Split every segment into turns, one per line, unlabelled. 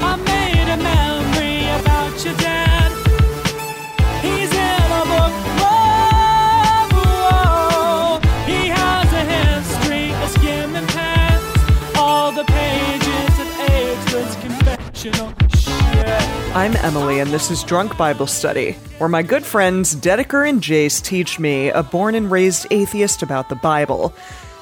I made a memory about your dad. He's in a book. Whoa, whoa. He has a history of skimming past all the pages of Edward's confessional shit.
I'm Emily, and this is Drunk Bible Study, where my good friends Dedeker and Jace teach me, a born and raised atheist, about the Bible.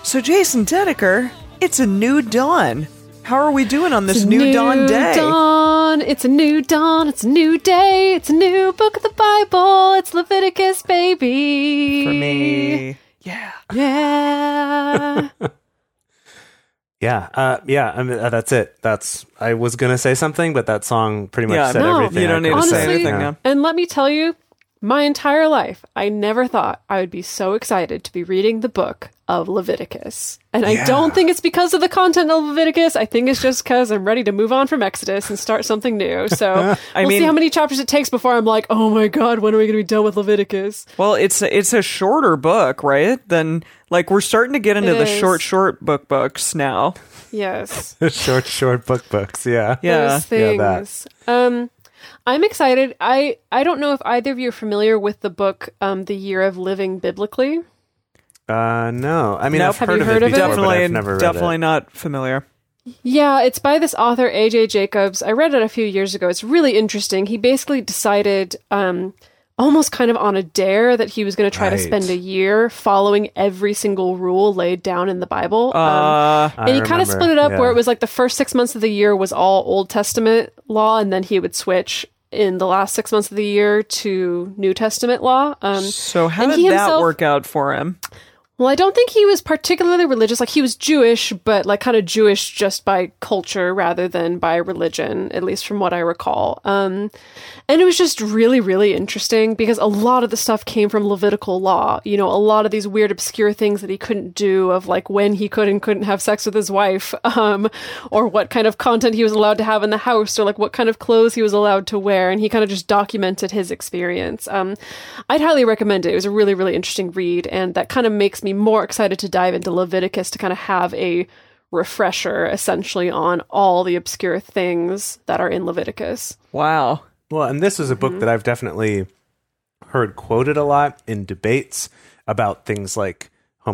So, Jason Dedeker, it's a new dawn. How are we doing on this
It's a
new, dawn day?
dawn. It's a new dawn. It's a new day. It's a new book of the Bible. It's Leviticus, baby.
For me, yeah.
Yeah.
Yeah, uh, yeah. I mean, uh, that's it. That's I was gonna say something, but that song pretty much
Yeah,
said
no,
everything.
you don't
I
need to
could
say
have said.
Honestly,
anything, yeah.
and let me tell you, my entire life, I never thought I would be so excited to be reading the book of Leviticus. And I don't think it's because of the content of Leviticus. I think it's just because I'm ready to move on from Exodus and start something new. So
I
we'll
mean-
see how many chapters it takes before I'm like, oh my God, when are we going to be done with Leviticus?
Well, it's a, it's a shorter book, right? Then, like, we're starting to get into
It
the
is.
short, short book books now.
Yes.
short, short book books. Yeah,
Yeah.
those
Yeah, that.
things. um, I'm excited. I I don't know if either of you are familiar with the book, um, The Year of Living Biblically.
Uh, no, I mean,
Nope.
I've
Have
heard
you
of
heard
it
of it?
before,
definitely,
but I've never read
definitely
it.
not familiar.
Yeah, it's by this author AJ Jacobs. I read it a few years ago. It's really interesting. He basically decided, um, almost kind of on a dare, that he was going to try to
Right.
spend a year following every single rule laid down in the Bible. Um,
Uh,
I
and he kind of
remember,
split it up
yeah.
where it was like the first six months of the year was all Old Testament law, and then he would switch in the last six months of the year to New Testament law. Um,
so how
and
did
he
that
himself-
work out for him?
well, I don't think he was particularly religious. Like he was Jewish, but like kind of Jewish just by culture rather than by religion, at least from what I recall. Um, and it was just really, really interesting because a lot of the stuff came from Levitical law. You know, a lot of these weird, obscure things that he couldn't do, of like when he could and couldn't have sex with his wife, um, or what kind of content he was allowed to have in the house, or like what kind of clothes he was allowed to wear. And he kind of just documented his experience. Um, I'd highly recommend it. It was a really, really interesting read. And that kind of makes me more excited to dive into Leviticus to kind of have a refresher essentially on all the obscure things that are in Leviticus.
Wow.
Well, and this is a
Mm-hmm.
book that I've definitely heard quoted a lot in debates about things like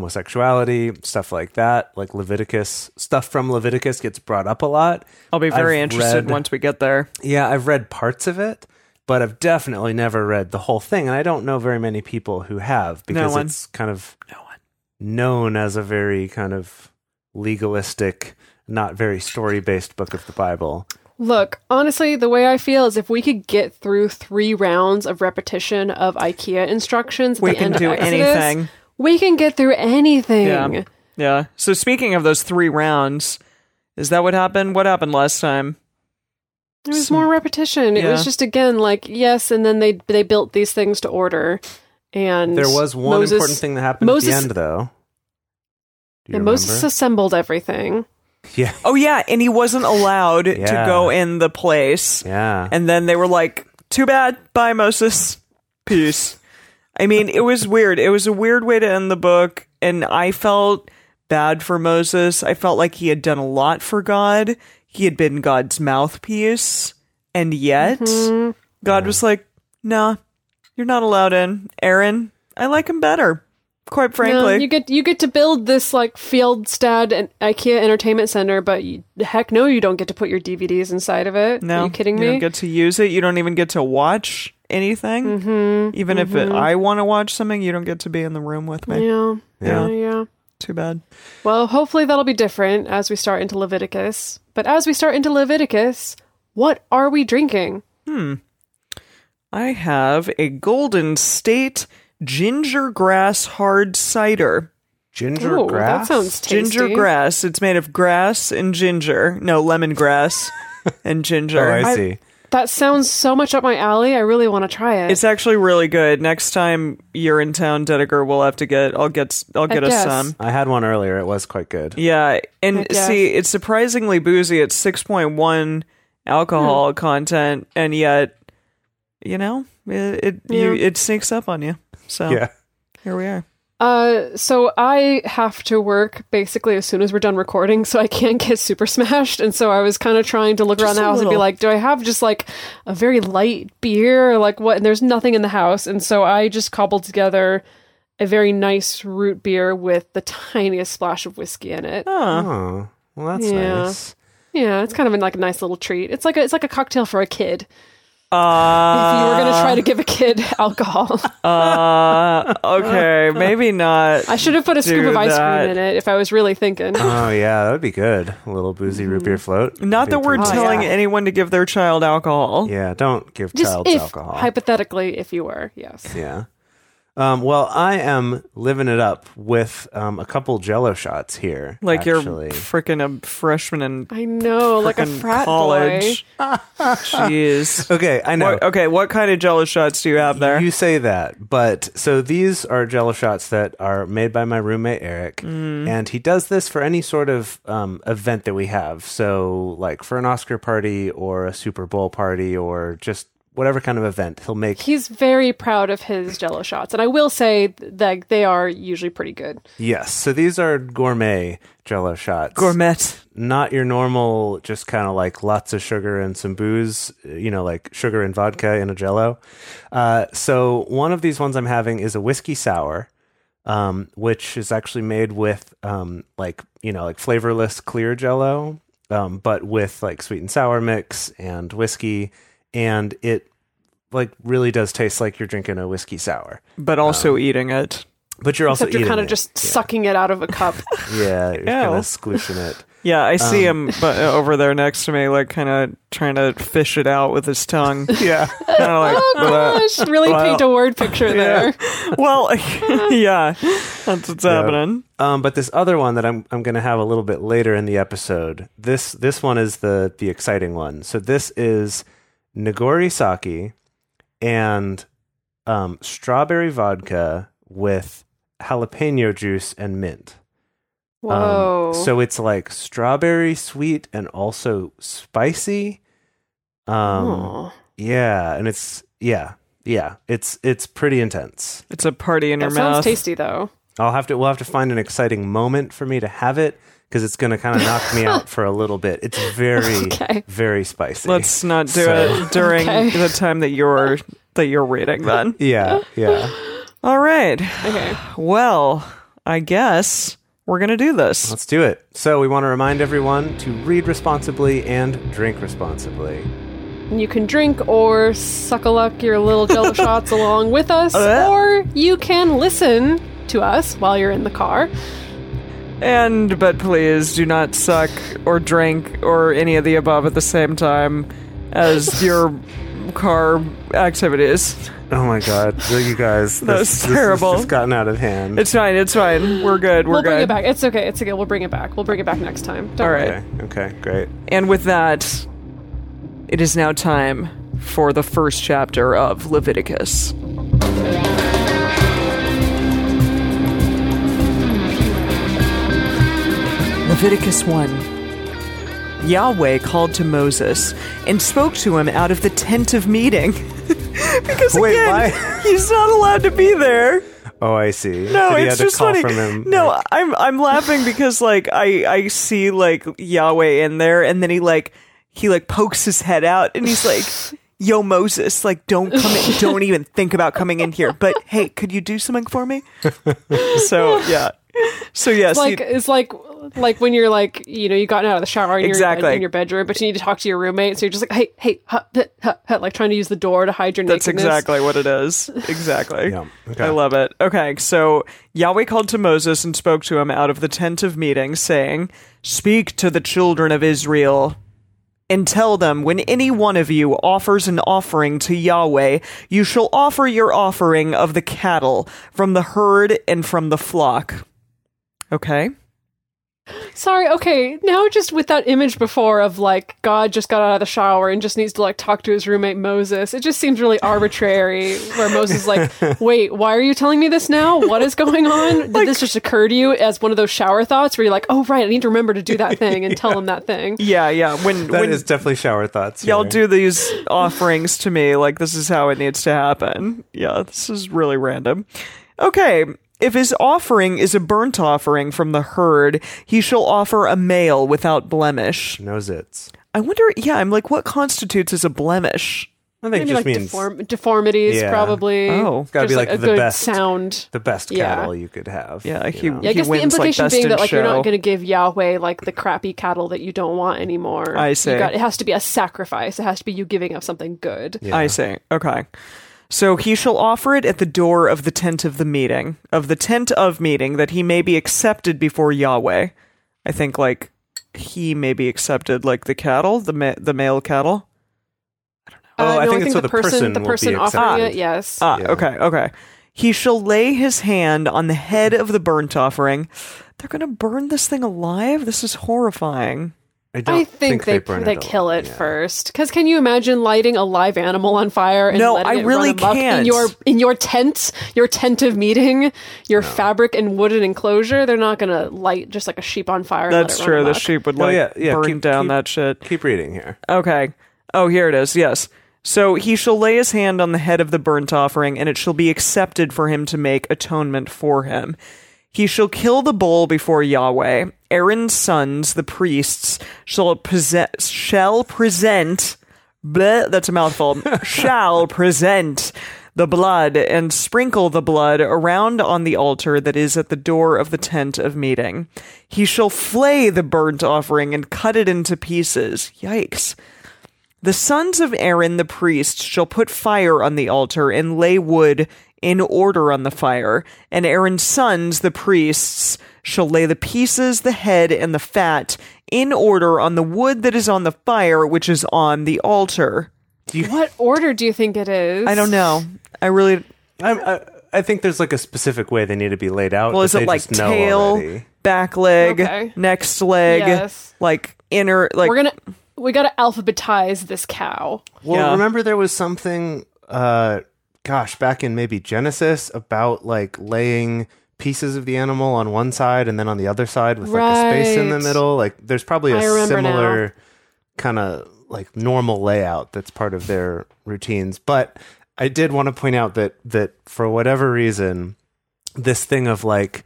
homosexuality, stuff like that. Like Leviticus, stuff from Leviticus gets brought up a lot.
I'll be very
I've
interested
read-
once we get there.
Yeah, I've read parts of it, but I've definitely never read the whole thing, and I don't know very many people who have because
one.
it's kind of
No one.
known as a very kind of legalistic, not very story-based book of the Bible.
Look, honestly, the way I feel is if we could get through three rounds of repetition of IKEA instructions, at
We
the
can
end of
do
Exodus,
anything.
We can get through anything.
Yeah. Yeah. So speaking of those three rounds, is that what happened? What happened last time?
There was more repetition. It
Yeah.
was just again like yes, and then they they built these things to order. And
There was one
Moses-
important thing that happened
Moses-
at the end, though. Do you
And Moses
remember?
assembled everything.
yeah,
Oh yeah, and he wasn't allowed to
Yeah.
go in the place.
yeah.
And then they were like, "Too bad, bye Moses, peace." I mean, it was weird. It was a weird way to end the book, and I felt bad for Moses. I felt like he had done a lot for God. He had been God's mouthpiece, and yet
Mm-hmm.
God was like, "Nah, you're not allowed in, Aaron. I like him better." Quite
No,
frankly,
you get you get to build this like Fieldstad and IKEA entertainment center, but you, heck no, you don't get to put your DVDs inside of it.
No,
Are you kidding me?
You don't get to use it. You don't even get to watch anything.
Mm-hmm.
Even if it, I want to watch something, you don't get to be in the room with me.
yeah, yeah,
Yeah.
yeah.
Too bad.
Well, hopefully that'll be different as we start into Leviticus. But as we start into Leviticus, what are we drinking?
I have a Golden State ginger grass hard cider.
Ginger
Ooh, that
grass.
sounds tasty.
Ginger grass. It's made of grass and ginger. No, lemongrass and
Oh,
ginger.
I see.
That sounds so much up my alley. I really want to try it.
It's actually really good. Next time you're in town, Dedeker, we'll have to get. I'll get. I'll get us
guess.
some.
I had one earlier. It was quite good.
Yeah,
I
and
guess.
see, it's surprisingly boozy. It's six point one
Hmm.
alcohol content, and yet, you know, it it, you,
Yeah.
it sneaks up on you. So
Yeah.
here we are.
Uh, so I have to work basically as soon as we're done recording, so I can't get super smashed. And so I was kind of trying to look around
Just
the
a
house and be
little.
like, do I have just like a very light beer or like what? And there's nothing in the house. And so I just cobbled together a very nice root beer with the tiniest splash of whiskey in it.
Oh,
Oh, well, that's
Yeah.
nice.
Yeah, it's kind of like a nice little treat. It's like a, it's like a cocktail for a kid.
uh,
if you were going to try to give a kid alcohol.
uh, okay, maybe not.
I should have put a scoop
do
of ice
that. Uh,
cream in it if I was really thinking.
Oh yeah, that would be good. A little boozy root beer float.
Not that we're
Be pretty-
telling
yeah.
anyone to give their child alcohol.
Yeah, don't give
Just
childs
if
alcohol.
hypothetically, if you were, yes.
yeah. Um, well, I am living it up with um, a couple Jello shots here.
Like
actually.
you're frickin' a freshman in
I know, like a
frickin'
frat
college.
boy.
Jeez.
okay. I know.
What, okay, what kind of jello shots do you have there?
You say that, but so these are jello shots that are made by my roommate Eric,
Mm.
and he does this for any sort of um, event that we have. So, like for an Oscar party or a Super Bowl party or just whatever kind of event, he'll make.
He's very proud of his Jello shots, and I will say that they are usually pretty good.
yes, so these are gourmet jello shots.
Gourmet.
not your normal just kind of like lots of sugar and some booze you know like sugar and vodka in a jello uh, so one of these ones i'm having is a whiskey sour um, which is actually made with um, like you know like flavorless clear jello um, but with like sweet and sour mix and whiskey and it like really does taste like you're drinking a whiskey sour
But also
Um,
eating it.
but you're also
Except you're
eating
kind of
it.
just sucking it out of a cup.
yeah you're kind
Ew.
of squishing it
Yeah, I see
um,
him but uh, over there next to me, like kind of trying to fish it out with his tongue. kind
yeah
of like,
oh gosh, really paint a word picture
Um,
there.
well, yeah, that's what's
Yeah.
happening.
Um, but this other one that I'm I'm going to have a little bit later in the episode. This this one is the the exciting one. So this is Nagori sake and um, strawberry vodka with jalapeno juice and mint. Um,
Whoa.
so it's like strawberry sweet and also spicy. Um,
Aw.
yeah, and it's yeah, yeah. It's it's pretty intense.
It's a party in
that
your
sounds
mouth.
tasty though.
I'll have to we'll have to find an exciting moment for me to have it because it's going to kind of knock me out for a little bit. It's very
Okay.
very spicy.
Let's not do
So-
it during
Okay.
the time that you're that you're reading. Then,
Yeah, yeah.
all right.
Okay.
Well, I guess we're gonna do this.
Let's do it. So we want to remind everyone to read responsibly and drink responsibly.
And you can drink or suckluck your little jello shots along with us,
Uh.
or you can listen to us while you're in the car.
And but please do not suck or drink or any of the above at the same time as your car activities.
Oh my god, you guys,
That was
this, this
terrible.
has just gotten out of hand.
It's fine. It's fine. We're good. We're
we'll
good.
bring it back. It's okay. It's okay. We'll bring it back. We'll bring it back next time. Don't
All
worry.
right.
okay. Okay, great.
And with that, it is now time for the first chapter of Leviticus. Leviticus 1 Yahweh called to Moses and spoke to him out of the tent of meeting. because
Wait,
again,
why?
he's not allowed to be there.
Oh, I see.
No,
Did he
it's
have to
just
call
funny.
From him?
No, I'm I'm laughing because like I I see like Yahweh in there, and then he like he like pokes his head out, and he's like, "Yo, Moses, like don't come in, don't even think about coming in here." But hey, could you do something for me? So yeah, so yes,
like
you-
it's like like when you're like you know you gotten out of the shower and you're
Exactly.
in, in your bedroom, but you need to talk to your roommate, so you're just like hey hey huh, huh, huh, huh, like trying to use the door to hide your
that's
nakedness.
exactly what it is. Exactly.
Yeah, okay.
I love it. Okay, so Yahweh called to Moses and spoke to him out of the tent of meeting, saying, Speak to the children of Israel. And tell them, when any one of you offers an offering to Yahweh, you shall offer your offering of the cattle from the herd and from the flock. Okay?
Sorry, okay. Now just with that image before of like God just got out of the shower and just needs to like talk to his roommate Moses. It just seems really arbitrary where Moses is like, "Wait, why are you telling me this now? What is going on? Did this just occur to you as one of those shower thoughts where you're like, "Oh right, I need to remember to do that thing and tell him that thing."
Yeah, yeah. When
That
when
is definitely shower thoughts.
y'all
here.
do these offerings to me, like this is how it needs to happen. Yeah, this is really random. Okay. If his offering is a burnt offering from the herd, he shall offer a male without blemish.
knows it.
I wonder, yeah, I'm like, what constitutes as a blemish?
I think
Maybe
it just
like
means
deform- deformities
Yeah.
probably.
Oh. It's
gotta
Just,
be, like,
a
the
good
best.
sound.
the best
Yeah.
cattle you could have.
Yeah,
you
he,
know?
Yeah, I
he
guess the
wins
implication
like best
being
in
that like
show.
you're not going to give Yahweh like the crappy cattle that you don't want anymore.
I
You
see.
got- it has to be a sacrifice. It has to be you giving up something good.
I see. Okay. So he shall offer it at the door of the tent of the meeting, of the tent of meeting, that he may be accepted before Yahweh. I think like he may be accepted, like the cattle, the ma- the male cattle.
Uh,
Oh, I think it's so the person
the
will
person
be
offering
accepted.
it. Yes.
Ah,
Yeah.
okay, okay. He shall lay his hand on the head of the burnt offering. They're gonna burn this thing alive. This is horrifying.
I, don't
I think, they
burn
they
alive.
kill it
Yeah.
first. Because can you imagine lighting a live animal on fire? And
No,
letting
I
it run
really
amok
can't.
In your in your tent, your tent of meeting, your fabric and wooden enclosure, they're not going to light just like a sheep on fire. and let it
That's
run
true. The
amok.
sheep would
Oh,
like
yeah, yeah,
burn
keep-
down
keep-
that shit.
Keep reading here.
Okay. Oh, here it is. Yes. So he shall lay his hand on the head of the burnt offering, and it shall be accepted for him to make atonement for him. He shall kill the bull before Yahweh. Aaron's sons, the priests, shall possess, shall present. Bleh, that's a mouthful. shall present the blood and sprinkle the blood around on the altar that is at the door of the tent of meeting. He shall flay the burnt offering and cut it into pieces. Yikes. The sons of Aaron the priest shall put fire on the altar and lay wood in order on the fire, and Aaron's sons the priests shall lay the pieces, the head, and the fat in order on the wood that is on the fire, which is on the altar.
What order do you think it is?
I don't know. I really.
I'm, I, I think there's like a specific way they need to be laid out.
Well,
that
is it
they
like
just know
tail,
already.
back leg,
Okay.
next leg,
Yes.
like inner, like
We're gonna we got to alphabetize this cow.
Well,
Yeah.
remember there was something, uh, gosh, back in maybe Genesis about like laying pieces of the animal on one side and then on the other side with like a space in the
Right.
middle. Like there's probably
I
a
remember
similar kind of like normal layout that's part of their routines. But I did want to point out that that for whatever reason, this thing of like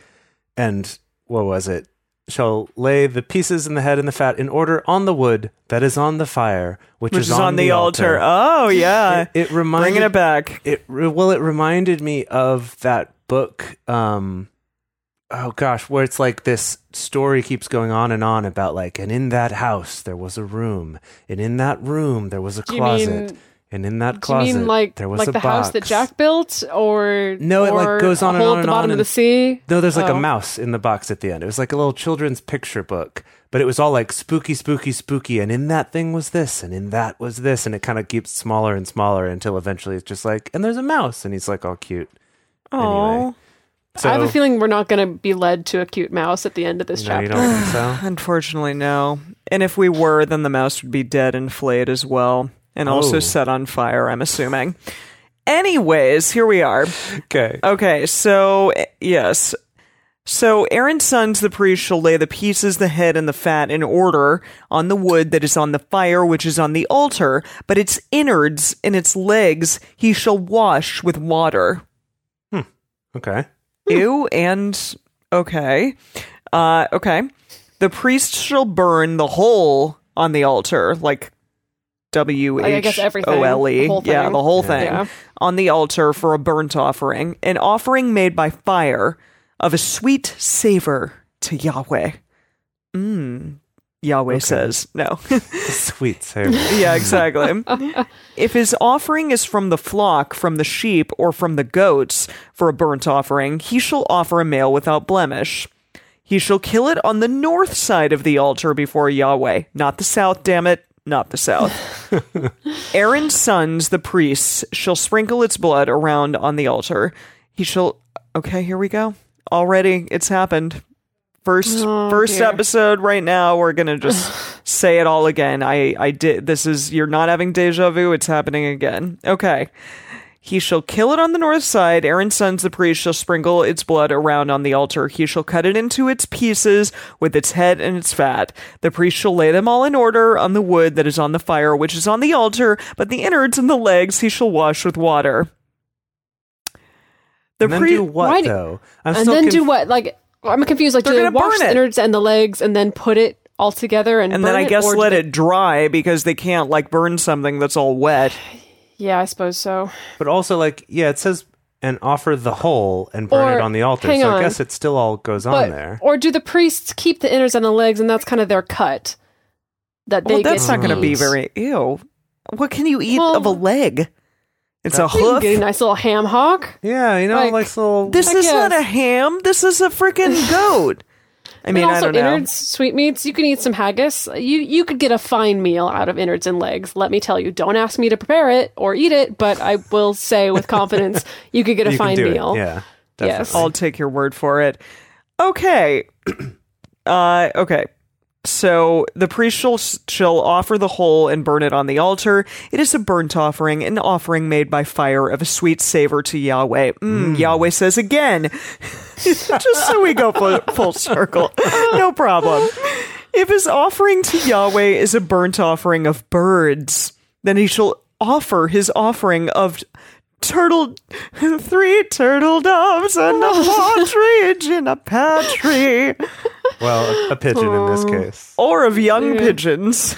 and what was it? Shall lay the pieces and the head and the fat in order on the wood that is on the fire, which,
which is on, the altar. Oh yeah,
Uh,
It, it reminded
bringing it back.
it re- well, it reminded me of that book. Um, oh gosh, where it's like this story keeps going on and on about like, and in that house there was a room, and in that room there was a
you
closet,
mean-
and in that
Do you
closet
mean like
there was
like
a
the
box.
house that Jack built, or
No, it, like,
or
goes on
a
and
hole at
on and
the
on
bottom of
and-
the sea?
No, there's like a
Oh.
mouse in the box at the end. It was like a little children's picture book, but it was all like spooky, spooky, spooky. And in that thing was this, and in that was this. And it kind of keeps smaller and smaller until eventually it's just like, and there's a mouse. And he's like all cute.
Oh,
So,
I have a feeling we're not going to be led to a cute mouse at the end of this
No, you
chapter.
don't think so?
unfortunately, no. And if we were, then the mouse would be dead and flayed as well, and also
Oh.
set on fire. I'm assuming. Anyways, here we are.
Okay.
Okay, so eh, yes. So Aaron's sons, the priest, shall lay the pieces, the head, and the fat in order on the wood that is on the fire, which is on the altar, but its innards and its legs he shall wash with water.
Okay.
Ew, and okay. Uh, okay. The priest shall burn the whole on the altar, like W
Like, I
H
guess everything,
O L E.
the whole
Yeah,
thing.
the whole thing
Yeah.
on the altar for a burnt offering, an offering made by fire of a sweet savor to Yahweh. Mmm. Yahweh says no.
Sweet savor.
yeah, exactly. if his offering is from the flock, from the sheep, or from the goats for a burnt offering, he shall offer a male without blemish. He shall kill it on the north side of the altar before Yahweh, not the south, damn it, not the south. Aaron's sons, the priests, shall sprinkle its blood around on the altar. He shall. Okay, here we go. Already, it's happened. First
Oh,
first
dear.
episode right now we're going to just say it all again. I I did this is you're not having deja vu, it's happening again. Okay. He shall kill it on the north side. Aaron's sons, the priests, shall sprinkle its blood around on the altar. He shall cut it into its pieces with its head and its fat. The priest shall lay them all in order on the wood that is on the fire, which is on the altar, but the innards and the legs he shall wash with water. The
and then
priest.
do what
why do-
though? I'm
and then
conf-
do what? Like I'm confused. Like
They're
do they
gonna
wash
burn
the
it.
innards and the legs and then put it all together and
and
burn
then I guess
or do
let
they-
it dry because they can't like burn something that's all wet.
Yeah, I suppose so.
But also, like, yeah, it says and offer the whole and burn
Or-
it on the altar.
hang
So
on.
I guess it still all goes on
But
there.
or do the priests keep the innards and the legs and that's kind of their cut that they
Well, that's
get
not going to be
eat?
very ew. What can you eat
Well-
of a leg? It's a
You can
hoof.
Get a nice little ham hock.
Yeah, you know,
Like,
like, little.
This
I
is not
guess.
a ham. This is a freaking goat. I mean,
and
I
also
don't know.
innards, sweetmeats. You can eat some haggis. You you could get a fine meal out of innards and legs. Let me tell you. Don't ask me to prepare it or eat it, but I will say with confidence, you could get a
you
fine
can do
meal.
It. Yeah.
Yes.
I'll take your word for it. Okay. uh, okay. So the priest shall, shall offer the whole and burn it on the altar. It is a burnt offering, an offering made by fire of a sweet savor to Yahweh. Mm, Yahweh says again, just so we go full, full circle. No problem. If his offering to Yahweh is a burnt offering of birds, then he shall offer his offering of turtle, three turtle doves and a partridge in a pear tree,
Well, a, a pigeon in this case.
or of young pigeons.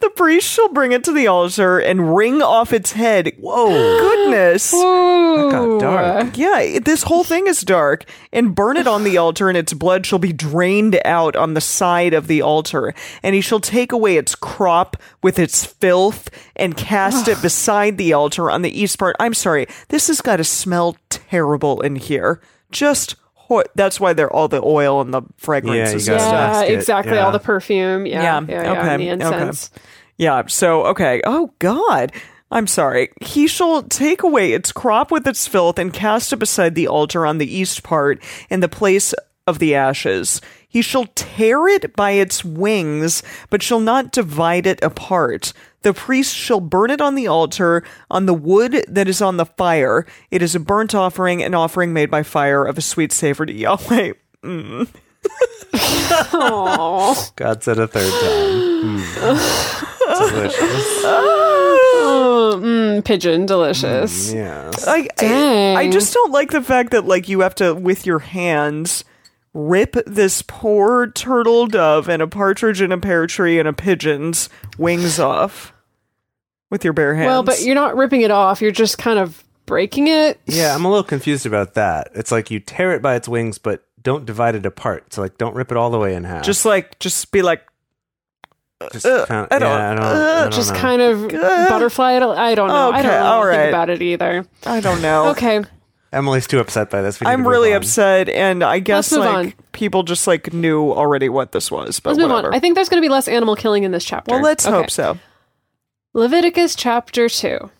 the priest shall bring it to the altar and wring off its head.
Whoa.
Goodness.
Ooh.
Got dark.
Yeah, it, this whole thing is dark. And burn it on the altar, and its blood shall be drained out on the side of the altar. And he shall take away its crop with its filth and cast it beside the altar on the east part. I'm sorry, this has got to smell terrible in here. Just ho- that's why they're all the oil and the fragrance
Yeah,
is
you got
so
it.
Yeah,
basket,
exactly.
yeah.
All the perfume. Yeah,
Yeah,
yeah, yeah,
okay,
and the
okay.
incense.
Yeah. So, okay. Oh, God. I'm sorry. He shall take away its crop with its filth and cast it beside the altar on the east part in the place of the ashes. He shall tear it by its wings, but shall not divide it apart. The priest shall burn it on the altar on the wood that is on the fire. It is a burnt offering, an offering made by fire of a sweet savor to Yahweh.
Aw.
God said a third time. Mm. Delicious.
Oh, mm, pigeon, delicious.
Mm,
Yes.
I, I
Dang.
I just don't like the fact that like you have to with your hands rip this poor turtle dove and a partridge and a pear tree and a pigeon's wings off with your bare hands.
Well, but you're not ripping it off. You're just kind of breaking it.
Yeah, I'm a little confused about that. It's like you tear it by its wings, but don't divide it apart. So, like, don't rip it all the way in half.
just like just be like
just
uh,
kinda-
I don't-
yeah, I don't,
uh,
I don't
Just
know.
kind of butterfly it. I don't know. I don't
Okay,
know
all
what to
right.
think about it either.
I don't know.
Okay.
Emily's too upset by this. We need to
I'm
move
really
on.
upset, and I guess
move
like
on.
people just like knew already what this was. But
Let's move
whatever.
on. I think there's going to be less animal killing in this chapter.
well, let's
Okay.
hope so.
Leviticus chapter 2.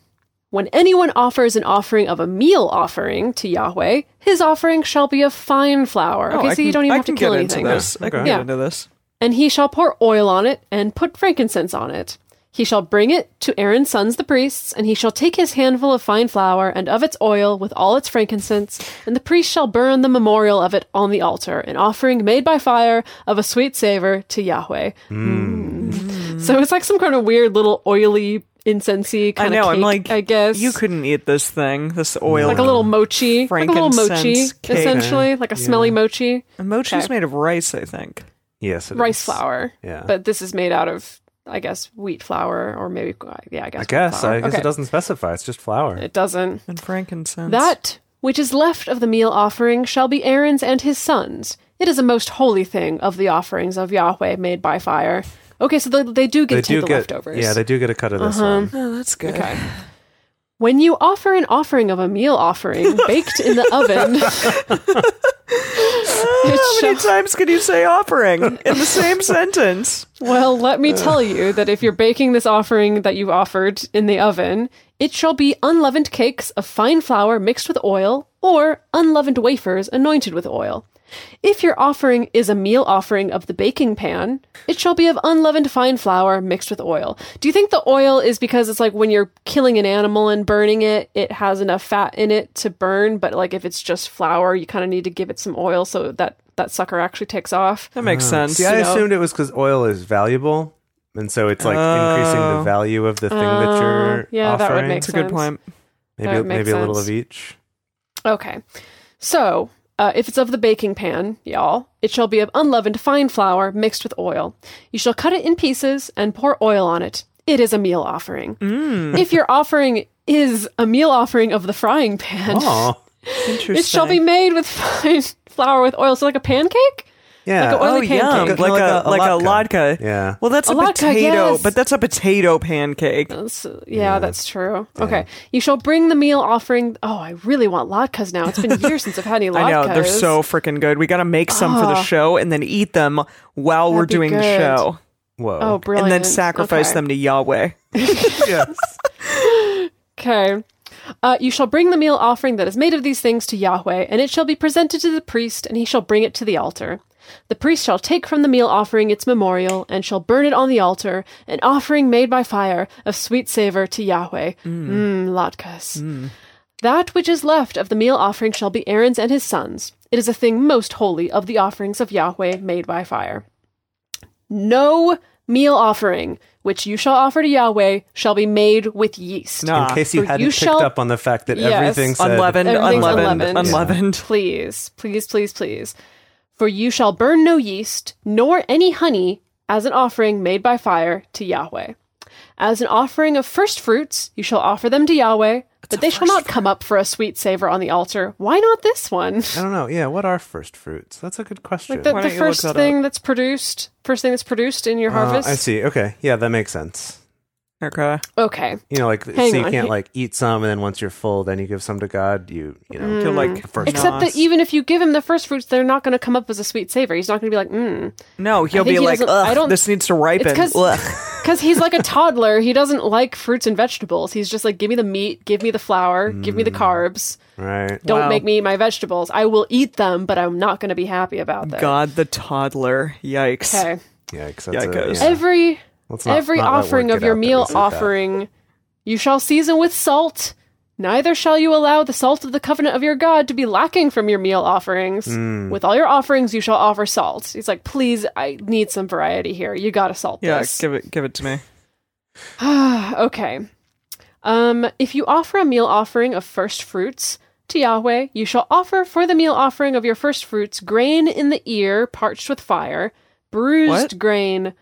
When anyone offers an offering of a meal offering to Yahweh, his offering shall be of fine flour.
Oh,
okay,
I
so
can,
you don't even
I
have to
can
kill
get
anything.
Into this. I can
Okay.
get
Yeah.
into this.
And he shall pour oil on it and put frankincense on it. He shall bring it to Aaron's sons the priests, and he shall take his handful of fine flour and of its oil with all its frankincense, and the priest shall burn the memorial of it on the altar, an offering made by fire of a sweet savor to Yahweh. Mm. So it's like some kind of weird little oily incensey
I
kind
know.
of cake,
I'm like,
I guess
you couldn't eat this thing. This oil,
like a little mochi, like a little mochi,
Frankincense cake.
essentially, like a smelly mochi,
And mochi's
Okay.
made of rice, I think.
Yes, it
rice
is.
flour.
Yeah.
But this is made out of, I guess, wheat flour or maybe, yeah, I guess.
I guess.
flour.
I guess
Okay.
it doesn't specify. It's just flour.
It doesn't.
And frankincense.
That which is left of the meal offering shall be Aaron's and his sons. It is a most holy thing of the offerings of Yahweh made by fire. Okay, so they, they do get
they
to take
do
the
get.
leftovers. Uh-huh.
Yeah, they do get a cut of this one.
Oh, that's good.
Okay. When you offer an offering of a meal offering baked in the oven,
Ah, How
shall-
many times can you say offering in the same sentence?
Well, let me tell you that if you're baking this offering that you offered in the oven, it shall be unleavened cakes of fine flour mixed with oil, or unleavened wafers anointed with oil. If your offering is a meal offering of the baking pan, it shall be of unleavened fine flour mixed with oil. Do you think the oil is because it's like when you're killing an animal and burning it, it has enough fat in it to burn, but like if it's just flour, you kind of need to give it some oil so that that sucker actually takes off?
That makes sense.
See, I assumed it was because oil is valuable, and so it's like increasing the
Oh.
value of the thing that you're
Uh, yeah, that would
offering.
make
That's a good
sense.
point.
maybe
that would make
maybe a little
sense.
of each.
Okay. So, uh, if it's of the baking pan, y'all, it shall be of unleavened fine flour mixed with oil. You shall cut it in pieces and pour oil on it. It is a meal offering.
Mm.
If your offering is a meal offering of the frying pan,
Oh,
Interesting.
it shall be made with fine flour with oil. So, like a pancake?
yeah.
Like a oily
oh, yum.
pancake.
Like, a, like a
latke.
latke.
Yeah.
Well, that's
A
a,
latke,
potato,
yes.
but that's a potato pancake.
That's- uh, yeah, that's true. Okay. You shall bring the meal offering. Oh, I really want latkes now. It's been years since I've had any latkes.
I know they're so freaking good. We got to make some for the show and then eat them while we're
Ah. That'd be
doing the
good.
show,
Whoa.
Oh, brilliant.
and then sacrifice
Okay.
them to Yahweh.
yes.
Okay. Uh, you shall bring the meal offering that is made of these things to Yahweh, and it shall be presented to the priest, and he shall bring it to the altar. The priest shall take from the meal offering its memorial, and shall burn it on the altar, an offering made by fire of sweet savor to Yahweh. Mmm, latkes. That which is left of the meal offering shall be Aaron's and his sons. It is a thing most holy of the offerings of Yahweh made by fire. No meal offering which you shall offer to Yahweh shall be made with yeast.
Nah.
In case you
For
hadn't
you
picked
shall-
up on the fact that
Yes.
everything said
Unleavened,
Everything's
unleavened,
unleavened.
unleavened.
Please, please, please, please. For you shall burn no yeast, nor any honey, as an offering made by fire to Yahweh. As an offering of first fruits, you shall offer them to Yahweh, but they shall not come up for a sweet savor on the altar. Why not this one?
I don't know. Yeah, what are first fruits? That's a good question. Uh,
Like the,
Why
the
don't you look
first
that Ah,
thing that's produced, first thing that's produced in your
Uh,
harvest.
I see. Okay. Yeah, that makes sense.
Okay.
Okay.
You know, like
Hang
so you
on.
can't like eat some and then once you're full, then you give some to God. You you
Mm.
know
Feel like
First-
Except that even if you give him the first fruits, they're not going to come up as a sweet savor. He's not going to be like, mm,
no, he'll
think
be
he
like,
doesn't- I
Ugh,
don't-
this needs to ripen.
It's 'cause-
Ugh.
Because he's like a toddler. He doesn't like fruits and vegetables. He's just like, give me the meat, give me the flour, give me the
Mm.
carbs.
right.
Don't
Wow.
make me eat my vegetables. I will eat them, but I'm not going to be happy about them.
God, the toddler. Yikes.
Okay.
Yeah, that's a-
Yikes.
yeah.
Every
Let's not-
every
not let word
offering of
get
your
out that we
meal
said that.
offering, you shall season with salt. Neither shall you allow the salt of the covenant of your God to be lacking from your meal offerings.
Mm.
With all your offerings, you shall offer salt. He's like, please, I need some variety here. You got to salt
Yeah,
this.
give it, give it to me.
Okay. Um, if you offer a meal offering of first fruits to Yahweh, you shall offer for the meal offering of your first fruits grain in the ear parched with fire, bruised
What?
grain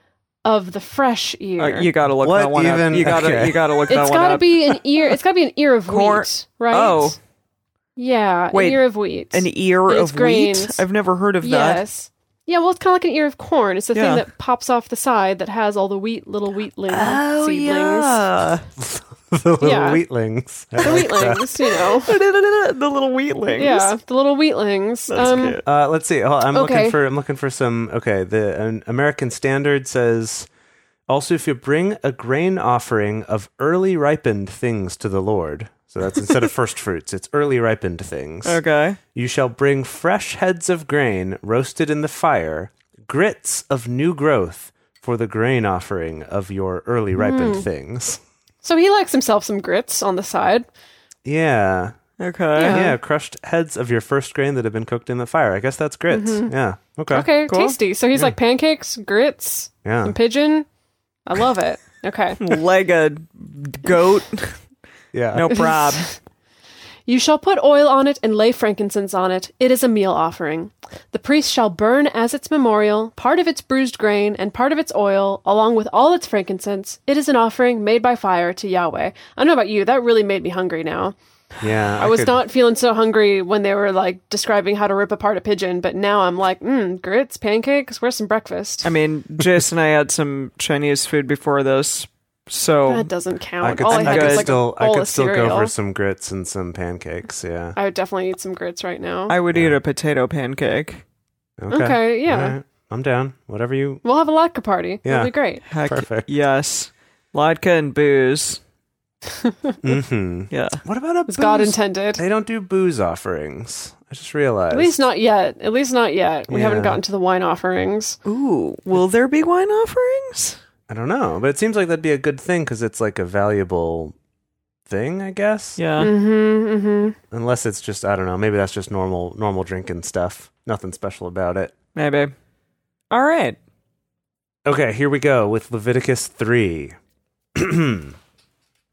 of the fresh ear.
Uh, you gotta look
What
that one
even-
up. You gotta,
okay.
you gotta look
it's
that one
got to
up.
be an ear. It's got to be an ear of
Cor-
wheat, right?
Oh.
yeah,
Wait,
an ear of wheat.
An ear
It's
of wheat.
grains.
I've never heard of that.
yes. Yeah, well, it's kind of like an ear of corn. It's the
Yeah.
thing that pops off the side that has all the wheat, little wheatling seedlings.
Oh, yeah.
the little
Yeah.
wheatlings.
The wheatlings, you know.
the little wheatlings.
Yeah, the little wheatlings.
That's
um,
cute.
Uh, let's see. Hold- I'm
Okay.
looking for. I'm looking for some. Okay, the an American Standard says. Also, if you bring a grain offering of early ripened things to the Lord, so that's instead of first fruits, it's early ripened things.
Okay.
You shall bring fresh heads of grain roasted in the fire, grits of new growth for the grain offering of your early
Hmm.
ripened things.
So he likes himself some grits on the side.
Yeah.
Okay.
Oh.
Yeah, crushed heads of your first grain that have been cooked in the fire. I guess that's grits. Yeah.
Mm-hmm.
Okay.
Okay,
cool.
tasty. So he's like pancakes, grits,
Yeah.
some pigeon. I love it. Okay.
Leg a goat.
Yeah.
No prob.
You shall put oil on it and lay frankincense on it. It is a meal offering. The priest shall burn as its memorial part of its bruised grain and part of its oil, along with all its frankincense. It is an offering made by fire to Yahweh. I don't know about you, that really made me hungry now.
Yeah.
I was
could-
not feeling so hungry when they were like describing how to rip apart a pigeon, but now I'm like, mm, grits, pancakes, where's some breakfast?
I mean, Jason and I had some Chinese food before this, so
That doesn't count.
I could,
All I
I
had
could
was like
still,
a
I
bowl
could
of
still
cereal.
go for some grits and some pancakes. Yeah.
I would definitely eat some grits right now.
I would eat a potato pancake.
Okay.
Okay, yeah.
All right. I'm down. Whatever you.
we'll have a latke party.
Yeah.
It'll be great.
Heck,
Perfect.
yes. Vodka and booze.
Mm-hmm.
Yeah.
What about a
As
booze?
God intended.
They don't do booze offerings. I just realized.
At least not yet. At least not yet. We haven't
Yeah.
gotten to the wine offerings.
Ooh, will there be wine offerings?
I don't know, but it seems like that'd be a good thing because it's like a valuable thing, I guess.
Yeah.
Mm-hmm, hmm
Unless it's just I don't know. Maybe that's just normal normal drinking stuff. Nothing special about it.
Maybe. All right.
Okay, here we go with Leviticus 3.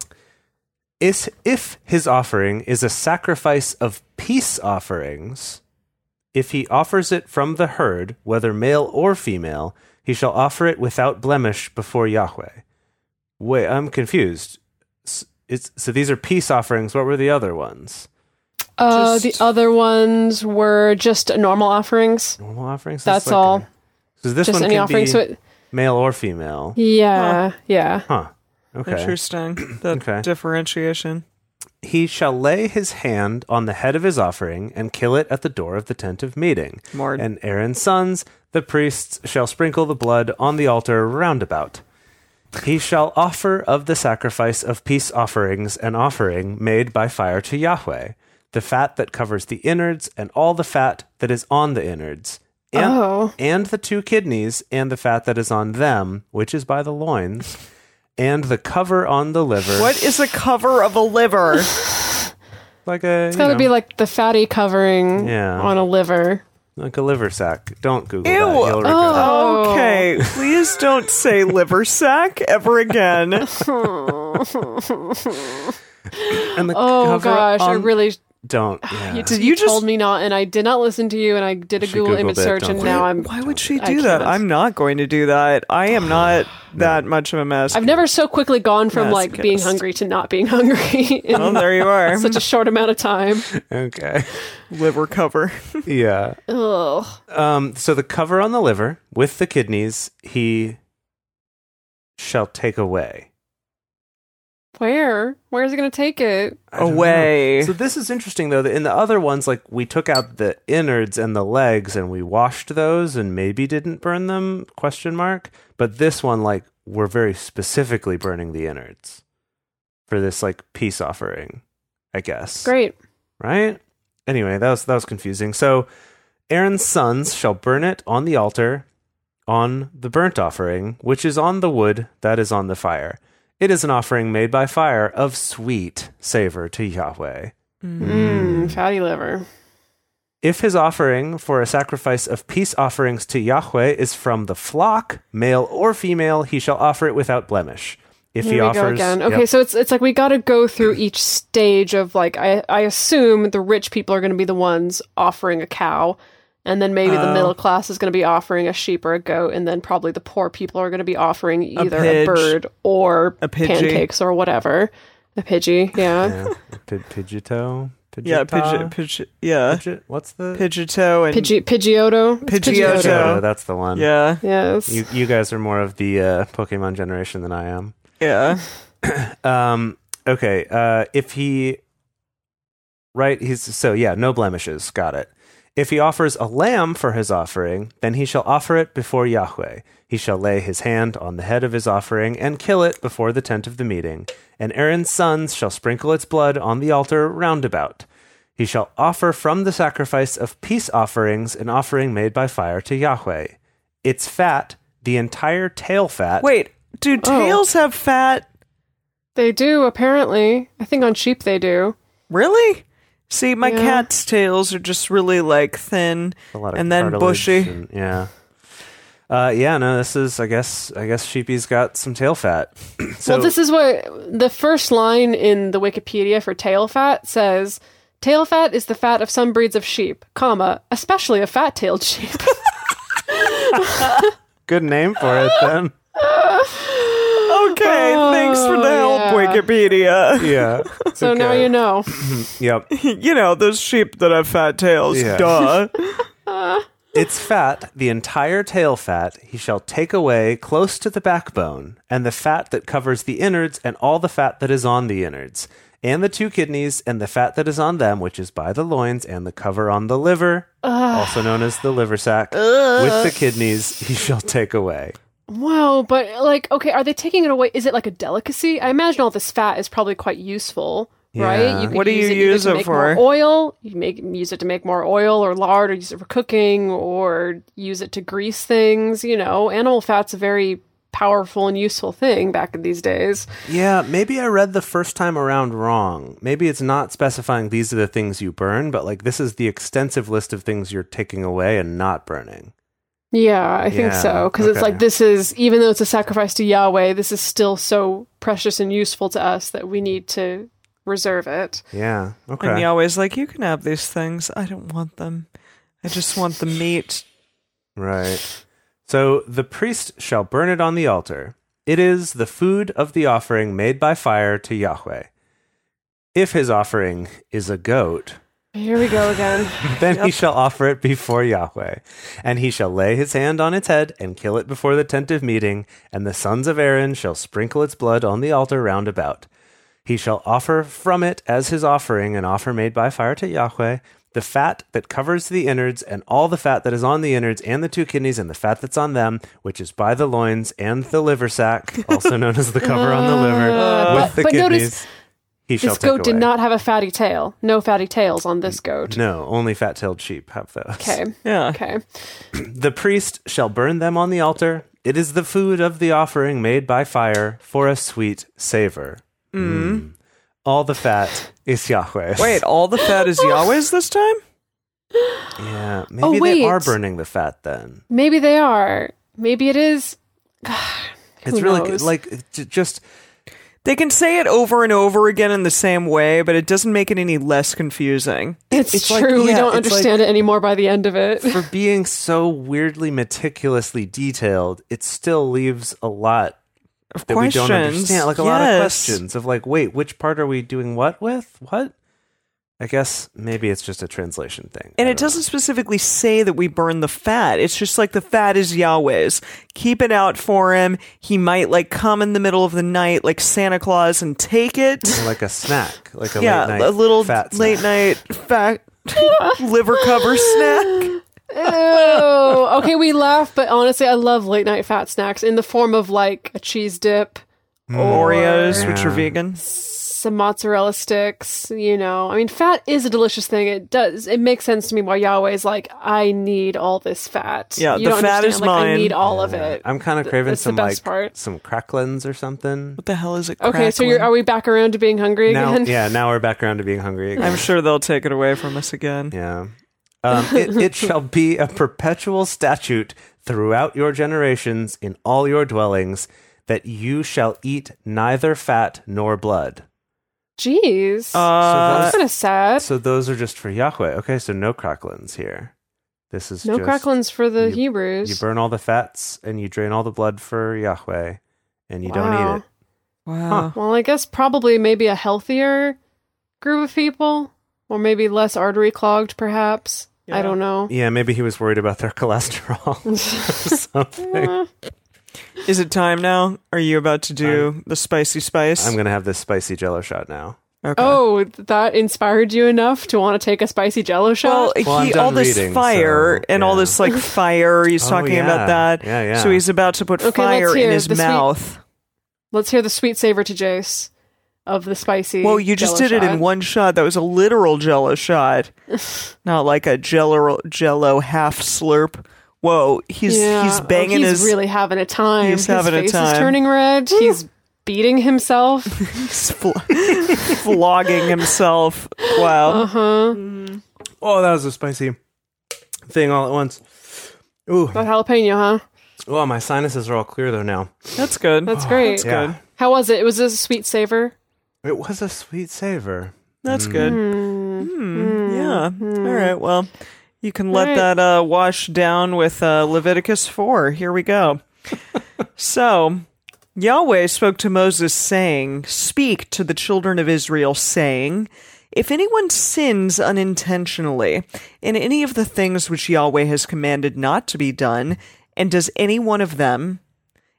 is, if his offering is a sacrifice of peace offerings, if he offers it from the herd, whether male or female, he shall offer it without blemish before Yahweh. Wait, I'm confused. S- It's, so these are peace offerings. What were the other ones?
Uh,
Just-
the other ones were just normal offerings.
Normal offerings.
That's all.
Because this
just
one
any
can
offering.
be
So it,
male or female.
yeah, yeah.
Huh. Okay.
Interesting. The
Okay.
differentiation.
he shall lay his hand on the head of his offering and kill it at the door of the tent of meeting.
Mord.
And Aaron's sons, the priests, shall sprinkle the blood on the altar roundabout. He shall offer of the sacrifice of peace offerings an offering made by fire to Yahweh, the fat that covers the innards and all the fat that is on the innards, and,
Oh.
and the two kidneys and the fat that is on them, which is by the loins, and the cover on the liver.
What is a cover of a liver?
Like a
It's got to be like the fatty covering
Yeah.
on a liver.
Like a liver sack. Don't Google
Ew.
that. You'll regret
Oh.
it.
okay. Please don't say liver sack ever again.
And the
Oh
cover
gosh, I
on-
really
don't. Yeah.
you,
Did
you
you just-
told me not, and I did not listen to you, and I did a
should
Google
Googled
image
it,
search,
don't
and
we?
now I'm.
Why would she
I
do that?
can't.
I'm not going to do that. I am not that much of a mess.
I've never so quickly gone from like being
Masochist.
hungry to not being hungry in
Well, Oh, there you are.
such a short amount of time.
Okay.
liver cover.
yeah.
Ugh.
Um, so the cover on the liver with the kidneys, he shall take away.
Where? Where is it going to take it?
I don't know.
Away.
So this is interesting though. That in the other ones, like we took out the innards and the legs, and we washed those, and maybe didn't burn them? Question mark. But this one, like, we're very specifically burning the innards for this like peace offering, I guess.
Great.
right? Anyway, that was that was confusing. So Aaron's sons shall burn it on the altar on the burnt offering, which is on the wood that is on the fire. It is an offering made by fire of sweet savor to Yahweh.
Mm, fatty liver.
If his offering for a sacrifice of peace offerings to Yahweh is from the flock, male or female, he shall offer it without blemish. If he
Here we
offers
go again. Okay,
Yep.
so it's it's like we got to go through each stage of like I I assume the rich people are going to be the ones offering a cow, and then maybe the middle class is going to be offering a sheep or a goat, and then probably the poor people are going to be offering either a,
pidge.
bird or
A pidgey.
pancakes or whatever. A pidgey, yeah.
yeah. P- Pidgeotto?
Yeah,
Pidgeota?
pidge, pidge, yeah,
Pidgeot- What's the
pidgeotto and
Pidgey, Pidgeotto. It's
Pidgeotto.
Pidgeotto, That's the one.
yeah,
Yes.
You you guys are more of the uh, Pokemon generation than I am.
yeah.
Um, okay, uh, if he right, he's so yeah, no blemishes. Got it. If he offers a lamb for his offering, then he shall offer it before Yahweh. He shall lay his hand on the head of his offering and kill it before the tent of the meeting. And Aaron's sons shall sprinkle its blood on the altar round about. He shall offer from the sacrifice of peace offerings an offering made by fire to Yahweh. Its fat, the entire tail fat.
Wait,
Oh.
do tails have fat?
They do apparently. I think on sheep they do.
Really? See, my
Yeah.
cat's tails are just really like thin
a lot of
and then
cartilage
bushy.
and- yeah. Uh, yeah, no, this is I guess I guess Sheepy's got some tail fat. so
well, this is what the first line in the Wikipedia for tail fat says. Tail fat is the fat of some breeds of sheep, comma, especially of fat-tailed sheep.
good name for it then.
okay,
Oh,
thanks for the help,
yeah.
Wikipedia.
Yeah.
so now you know.
Yep.
you know, those sheep that have fat tails,
Yeah.
duh.
Its fat, the entire tail fat, he shall take away close to the backbone, and the fat that covers the innards, and all the fat that is on the innards, and the two kidneys, and the fat that is on them, which is by the loins, and the cover on the liver, also known as the liver sac, with the kidneys, he shall take away.
Wow, but like, okay, are they taking it away? Is it like a delicacy? I imagine all this fat is probably quite useful, right?
Yeah.
You could
What do
use
you
it either
use
to
it
make
for?
More oil. You make use it to make more oil or lard, or use it for cooking, or use it to grease things. You know, animal fat's a very powerful and useful thing back in these days.
Yeah, maybe I read the first time around wrong. Maybe it's not specifying these are the things you burn, but like this is the extensive list of things you're taking away and not burning.
Yeah, I think
Yeah,
so. Because it's
okay.
like this is even though it's a sacrifice to Yahweh, this is still so precious and useful to us that we need to reserve it.
Yeah. Okay.
And Yahweh's like, you can have these things. I don't want them. I just want the meat.
Right. So the priest shall burn it on the altar. It is the food of the offering made by fire to Yahweh. If his offering is a goat,
Here we go again.
then he shall offer it before Yahweh, and he shall lay his hand on its head and kill it before the tent of meeting, and the sons of Aaron shall sprinkle its blood on the altar round about. He shall offer from it as his offering an offer made by fire to Yahweh, the fat that covers the innards, and all the fat that is on the innards, and the two kidneys, and the fat that's on them, which is by the loins, and the liver sack, also known as the cover on the liver,
Uh, but-
Uh, with the
but notice
kidneys. He shall
this
take
goat did
away.
not have a fatty tail. No fatty tails on this goat.
No, only fat-tailed sheep have those.
Okay.
Yeah.
Okay.
The priest shall burn them on the altar. It is the food of the offering made by fire for a sweet savor. Mm. All the fat is Yahweh's.
Wait, all the fat is Yahweh's this time?
Yeah. Maybe
Oh,
they
wait.
are burning the fat then.
Maybe they are. Maybe it is.
It's
Who
really
knows?
like j- just
They can say it over and over again in the same way, but it doesn't make it any less confusing.
It's,
it's
true.
like-
we
yeah,
don't
it's
understand it anymore by the end of it.
for being so weirdly meticulously detailed, it still leaves a lot
Of
that
questions.
we don't understand. Like a lot of
Yes.
questions of like, wait, which part are we doing what with? What? I guess maybe it's just a translation thing.
And
I
it
don't know.
doesn't specifically say that we burn the fat. It's just like the fat is Yahweh's. Keep it out for him. He might like come in the middle of the night like Santa Claus and take it.
like a snack, like a
yeah,
late night
a little
fat
late
snack.
night fat liver cover snack.
Oh, okay. We laugh, but honestly, I love late night fat snacks in the form of like a cheese dip,
Oreos, which are
Yeah.
vegan.
some mozzarella sticks. You know, I mean, fat is a delicious thing. It does. It makes sense to me why Yahweh's like, I need all this fat.
Yeah,
you
the
don't
fat
understand.
is
like, I
mine.
need all of it.
I'm kind of craving
that's the
some
best
like
part.
some cracklins or something.
What the hell is it?
okay, so you're,
crackling?
are we back around to being hungry
Now,
again?
yeah, now we're back around to being hungry again.
I'm sure they'll take it away from us again.
yeah. Um, it, it shall be a perpetual statute throughout your generations in all your dwellings that you shall eat neither fat nor blood.
Jeez,
Uh,
that's kind of sad.
So those are just for Yahweh. Okay, so no cracklins here. This is
No
just,
cracklings for the
you-
Hebrews.
You burn all the fats and you drain all the blood for Yahweh, and you don't
Wow.
eat it.
wow.
Well, I guess probably maybe a healthier group of people, or maybe less artery clogged, perhaps. I
Yeah.
don't know.
Yeah, maybe he was worried about their cholesterol or something.
Eh,
Is it time now? Are you about to do the spicy spice?
I'm gonna have this spicy jello shot now.
okay.
Oh, that inspired you enough to want to take a spicy jello
Well,
shot?
Well, I'm
he
done
all this
reading,
fire
so,
and all
yeah.
this like fire. He's
Oh,
talking
yeah.
about that.
Yeah, yeah.
So he's about to put
Okay, let's
fire in
hear
his
the sweet-
mouth.
Let's hear the sweet savor to Jace of the spicy.
Well, you just
Jell-O
did it in
shot.
one shot. That was a literal Jello shot, not like a Jello Jello half slurp. Whoa, he's
Yeah.
he's
Oh,
banging
he's
his
really having a time.
He's
His
having a
face
time.
Is turning red. He's beating himself.
he's fl- flogging himself. Wow,
Uh-huh.
Oh, that was a spicy thing all at once. Ooh,
That jalapeno, huh?
oh, my sinuses are all clear though now.
that's good.
That's great.
yeah.
good.
How was it? It was a sweet savor.
It was a sweet savor.
That's good. Hmm, Yeah. All right. Well, you can let
right.
that uh, wash down with uh, Leviticus 4. Here we go. so Yahweh spoke to Moses, saying, Speak to the children of Israel, saying, If anyone sins unintentionally in any of the things which Yahweh has commanded not to be done, and does any one of them,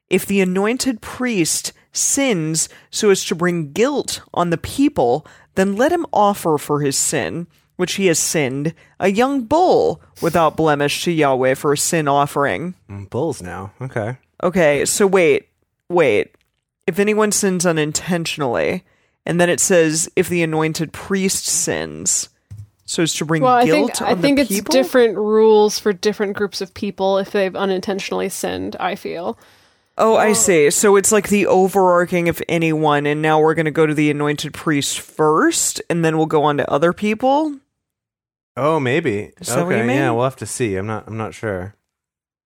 if the anointed priest sins so as to bring guilt on the people, then let him offer for his sin, which he has sinned, a young bull without blemish to Yahweh for a sin offering.
Mm, Bulls now. Okay.
Okay, so wait, wait. If anyone sins unintentionally, And then it says if the anointed priest sins, so as to bring
Well, I
guilt
think
on
I think
the
it's
people.
different rules for different groups of people if they've unintentionally sinned. I feel
Oh, I see. So it's like the overarching of anyone, and now we're going to go to the anointed priest first, and then we'll go on to other people.
Oh, maybe.
Is
okay,
that what you
yeah,
mean?
we'll have to see. I'm not. I'm not sure.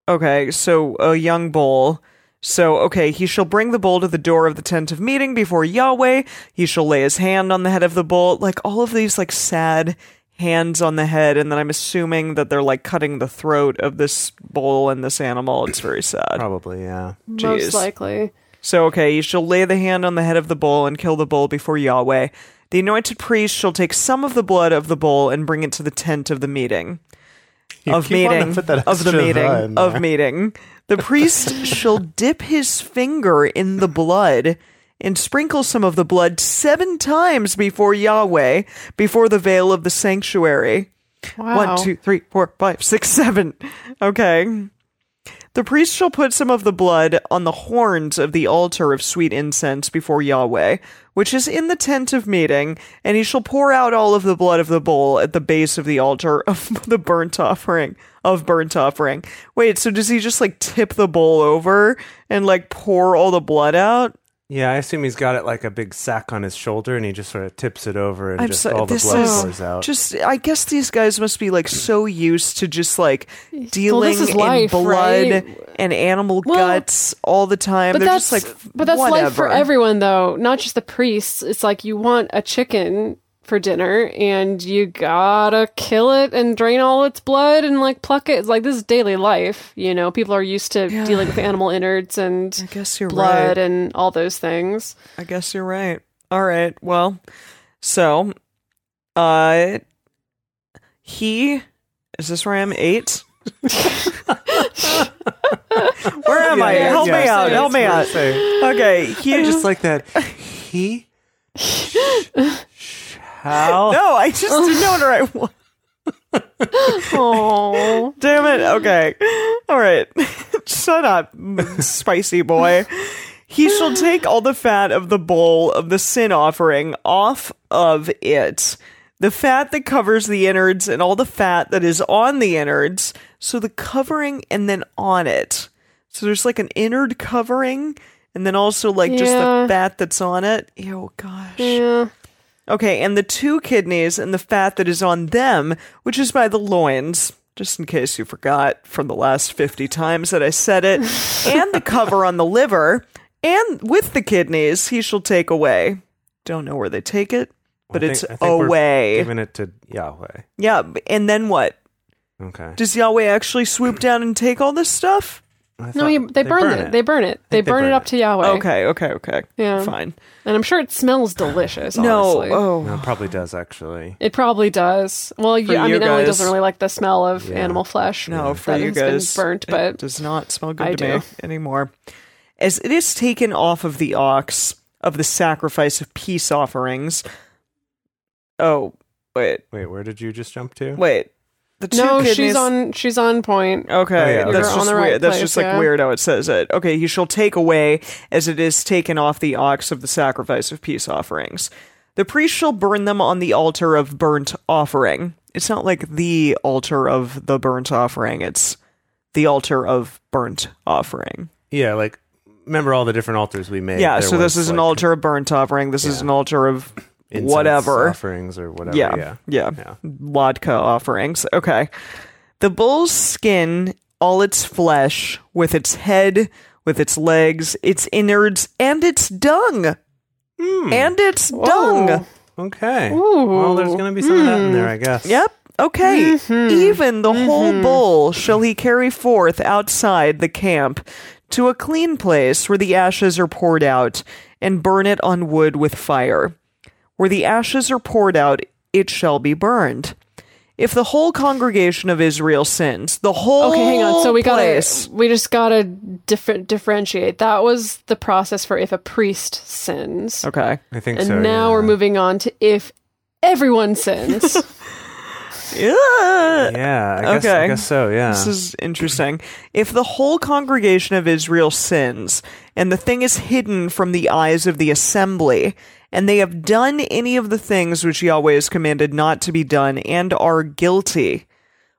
Okay, so a young bull. So, okay, he shall bring the bull to the door of the tent of meeting before Yahweh. He shall lay his hand on the head of the bull. Like all of these, like sad hands on the head. And then I'm assuming that they're like cutting the throat of this bull and this animal. It's very sad.
Probably, yeah.
Jeez.
most likely.
So, okay, you shall lay the hand on the head of the bull and kill the bull before Yahweh. The anointed priest shall take some of the blood of the bull and bring it to the tent of the meeting. of
keep wanting to
meeting.
put that
Of the
extra
meeting.
"the" in
Of
there.
meeting. The priest shall dip his finger in the blood and sprinkle some of the blood seven times before Yahweh, before the veil of the sanctuary.
Wow.
One, two, three, four, five, six, seven. Okay. The priest shall put some of the blood on the horns of the altar of sweet incense before Yahweh, which is in the tent of meeting, and he shall pour out all of the blood of the bull at the base of the altar of the burnt offering. Of burnt offering. Wait, so does he just like tip the bull over and like pour all the blood out?
Yeah, I assume he's got it like a big sack on his shoulder, and he just sort of tips it over, and
I'm
just
so-
all the
this
blood
is
pours out.
Just, I guess these guys must be like so used to just like dealing
is
in
life,
blood
right?
and animal
Well,
guts all the time.
But
They're
that's
just like,
but that's life for
whatever.
everyone though, not just the priests. It's like you want a chicken for dinner and you gotta kill it and drain all its blood and like pluck it. It's like this is daily life, you know. People are used to dealing with animal innards and
I guess you're
blood
right.
and all those things.
I guess you're right. All right. Well, so, uh, he is this where I am eight. where am I?
yeah,
help
yeah,
me
so
out.
it's
Help me
where
out. Okay, he
I just like that. He shall.
No, I just didn't know where I was.
Oh,
Damn it. Okay. All right. Shut up, spicy boy. He shall take all the fat of the bowl of the sin offering off of it. The fat that covers the innards and all the fat that is on the innards. So the covering and then on it. So there's like an innard covering and then also like just the
Yeah.
fat that's on it. Ew, gosh.
yeah.
Okay, and the two kidneys and the fat that is on them, which is by the loins, just in case you forgot from the last 50 times that I said it, and the cover on the liver, and with the kidneys, he shall take away. Don't know where they take it, but
I
it's
think- I think we're
away.
Giving it to Yahweh.
yeah, b- and then what?
Okay.
Does Yahweh actually swoop down and take all this stuff?
I
No,
thought
you, they, burn, it. They burn it. They
think they
burn
burn
it up
it.
to Yahweh.
Okay, okay, okay.
Yeah.
Fine.
And I'm sure it smells delicious.
No,
honestly.
oh.
No, it probably does actually.
It probably does. Well, yeah, I
you
mean, Emily
guys.
doesn't really like the smell of animal flesh.
No, for
that
you
has
guys,
been burnt,
it
but
does not smell good
I
to me
do.
anymore. As it is taken off of the ox of the sacrifice of peace offerings. Oh wait,
Wait, where did you just jump to?
wait. The two
no,
kidneys.
she's on. She's on point.
Okay,
Oh, yeah, okay.
that's
You're on
just
the right
weird. That's
place,
just like
yeah.
weird how it says it. Okay, he shall take away as it is taken off the ox of the sacrifice of peace offerings. The priest shall burn them on the altar of burnt offering. It's not like the altar of the burnt offering. It's the altar of burnt offering.
Yeah, like remember all the different altars we made.
Yeah,
There
so this
was,
is an
like,
altar of burnt offering. This is
Yeah.
an altar of
incense
whatever.
offerings or whatever.
Yeah,
Yeah,
yeah, Vodka offerings. Okay. The bull's skin, all its flesh, with its head, with its legs, its innards, and its dung. And its dung.
Okay. Well, there's gonna be some of that in there, I guess.
Yep. Okay.
Mm-hmm.
Even the whole bull shall he carry forth outside the camp to a clean place where the ashes are poured out and burn it on wood with fire. Where the ashes are poured out, it shall be burned. If the whole congregation of Israel sins, the whole
Okay, hang on. So we gotta.
place,
We just gotta differ- differentiate. That was the process for if a priest sins,
okay.
I think
and
so.
now
yeah.
we're moving on to if everyone sins.
Yeah.
Yeah, I guess,
Okay.
I guess so. Yeah.
This is interesting. If the whole congregation of Israel sins, and the thing is hidden from the eyes of the assembly, and they have done any of the things which Yahweh has commanded not to be done and are guilty,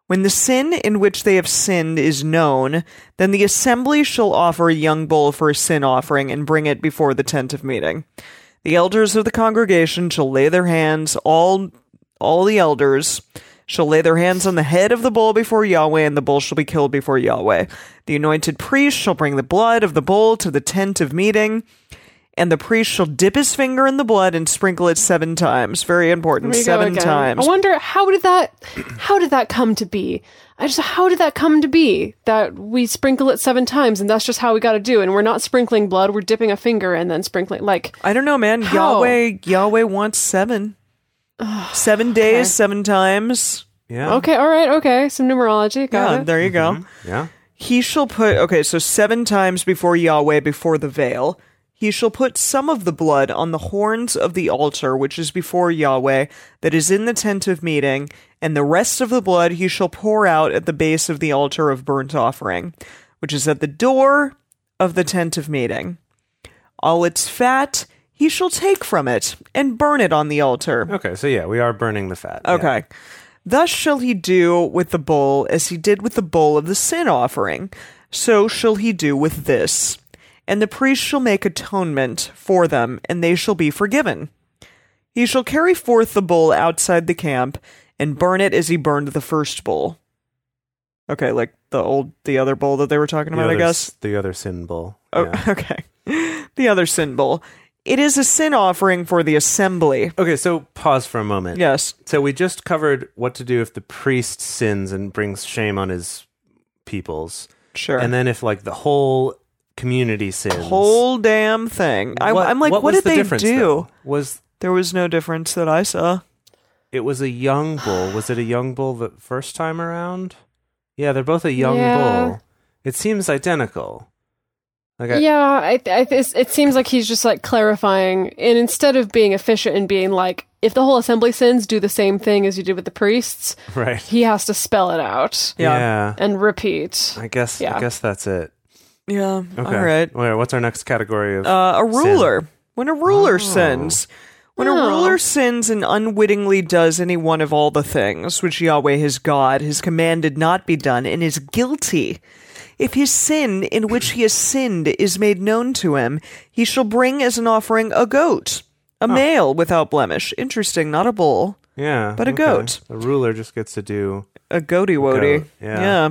when the sin in which they have sinned is known, then the assembly shall offer a young bull for a sin offering and bring it before the tent of meeting. The elders of the congregation shall lay their hands, all all the elders shall lay their hands on the head of the bull before Yahweh, and the bull shall be killed before Yahweh. The anointed priest shall bring the blood of the bull to the tent of meeting, and the priest shall dip his finger in the blood and sprinkle it seven times. Very important,
There you go
seven
again.
times.
I wonder how did that how did that come to be? I just how did that come to be that we sprinkle it seven times and that's just how we got to do it, and we're not sprinkling blood, we're dipping a finger and then sprinkling like
I don't know, man.
How?
Yahweh Yahweh wants seven. seven days, seven times.
Yeah.
okay, all right, okay, some numerology, got
Yeah,
it.
there you go.
Mm-hmm. Yeah.
He shall put okay, so seven times before Yahweh before the veil, he shall put some of the blood on the horns of the altar which is before Yahweh that is in the tent of meeting, and the rest of the blood he shall pour out at the base of the altar of burnt offering, which is at the door of the tent of meeting. All its fat he shall take from it and burn it on the altar.
Okay. So yeah, we are burning the fat. Yeah.
Okay. Thus shall he do with the bull as he did with the bull of the sin offering. So shall he do with this. And the priest shall make atonement for them, and they shall be forgiven. He shall carry forth the bull outside the camp and burn it as he burned the first bull. Okay, like the old, the other bull that they were talking
The
about, I
other
guess.
s- the other sin bull.
Oh,
Yeah.
okay. The other sin bull. It is a sin offering for the assembly.
Okay. So pause for a moment.
Yes.
So we just covered what to do if the priest sins and brings shame on his peoples,
Sure.
and then if like the whole community sins.
whole damn thing. I,
What-
I'm like, what,
was
did
the
they
difference,
do?
though? Was
There was no difference that I saw.
it was a young bull? Was it a young bull the first time around? Yeah, they're both a young
Yeah.
bull. It seems identical. Like I,
Yeah, I, I, it's- it seems like he's just like clarifying, and instead of being efficient and being like, if the whole assembly sins, do the same thing as you did with the priests.
right.
He has to spell it out
Yeah.
and repeat.
I guess. I
Yeah.
guess that's it.
Yeah.
Okay.
All right.
Wait, what's our next category of?
Uh, a
Sin.
ruler. When a ruler
Oh.
sins. When a
Oh.
ruler sins and unwittingly does any one of all the things which Yahweh his God has commanded not be done and is guilty, if his sin in which he has sinned is made known to him, he shall bring as an offering a goat, a male without blemish. Interesting, not a bull.
yeah,
but a goat.
A ruler just gets to do.
a goaty woaty.
Goat, yeah.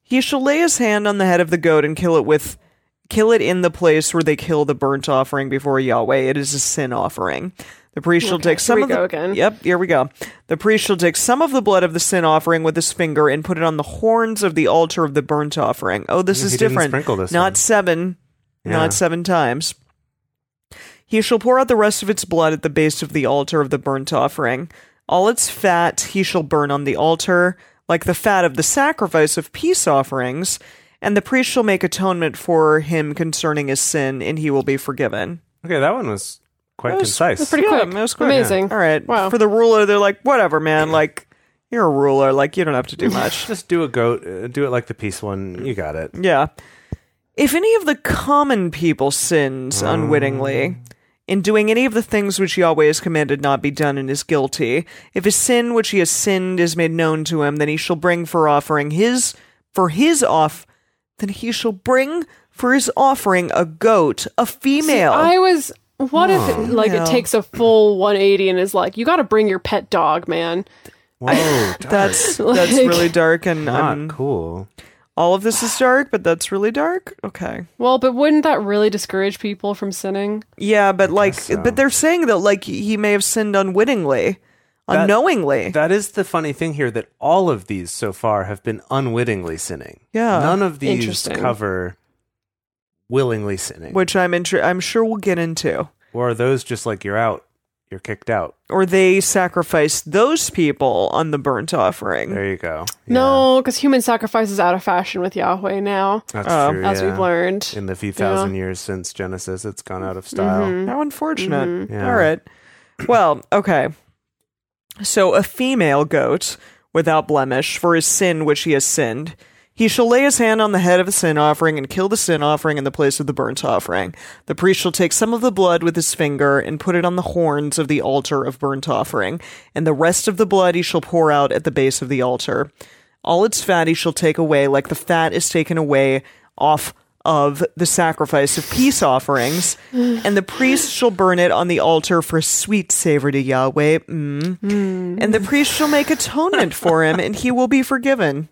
He shall lay his hand on the head of the goat and kill it with kill it in the place where they kill the burnt offering before Yahweh. It is a sin offering. The priest shall take some
we
of the
go again.
Yep, here we go. The priest shall take some of the blood of the sin offering with his finger and put it on the horns of the altar of the burnt offering. Oh, this
Yeah,
is
he didn't
different.
sprinkle this
Not
one.
seven.
Yeah.
Not seven times. He shall pour out the rest of its blood at the base of the altar of the burnt offering. All its fat he shall burn on the altar, like the fat of the sacrifice of peace offerings, and the priest shall make atonement for him concerning his sin, and he will be forgiven.
Okay, that one was quite
That was-
concise.
That's pretty
Yeah,
quick.
that was quick.
Amazing.
All right.
Wow.
For the ruler, they're like, whatever, man. Like, you're a ruler. Like, you don't have to do much.
Just do a goat. Uh, do it like the peace one. You got it.
Yeah. If any of the common people sins
Mm.
unwittingly in doing any of the things which Yahweh has commanded not be done and is guilty, if his sin which he has sinned is made known to him, then he shall bring for offering his for his off then he shall bring for his offering a goat, a female.
I was. What if it, like
No.
it takes a full 180 and is like, you got to bring your pet dog, man.
Whoa, dark.
that's that's
Like-
really dark and
not
um,
cool.
all of this is dark, but that's really dark. Okay.
Well, but wouldn't that really discourage people from sinning?
Yeah, but like,
guess so.
but they're saying that like he may have sinned unwittingly,
That-
unknowingly.
That is the funny thing here that all of these so far have been unwittingly sinning.
Yeah.
None of these
Interesting.
cover willingly sinning.
which I'm intri- I'm sure we'll get into.
or are those just like you're out, you're kicked out?
Or they sacrificed those people on the burnt offering.
There you go.
No, because human sacrifice is out of fashion with Yahweh now,
Yeah, that's
Oh.
true.
as
yeah.
we've learned.
in the few thousand years since Genesis, it's gone out of style.
How unfortunate.
Yeah.
All right. Well, okay. So a female goat without blemish for his sin which he has sinned. He shall lay his hand on the head of a sin offering and kill the sin offering in the place of the burnt offering. The priest shall take some of the blood with his finger and put it on the horns of the altar of burnt offering, and the rest of the blood he shall pour out at the base of the altar. All its fat he shall take away, like the fat is taken away off of the sacrifice of peace offerings, and the priest shall burn it on the altar for sweet savor to Yahweh. Mm. And the priest shall make atonement for him, and he will be forgiven.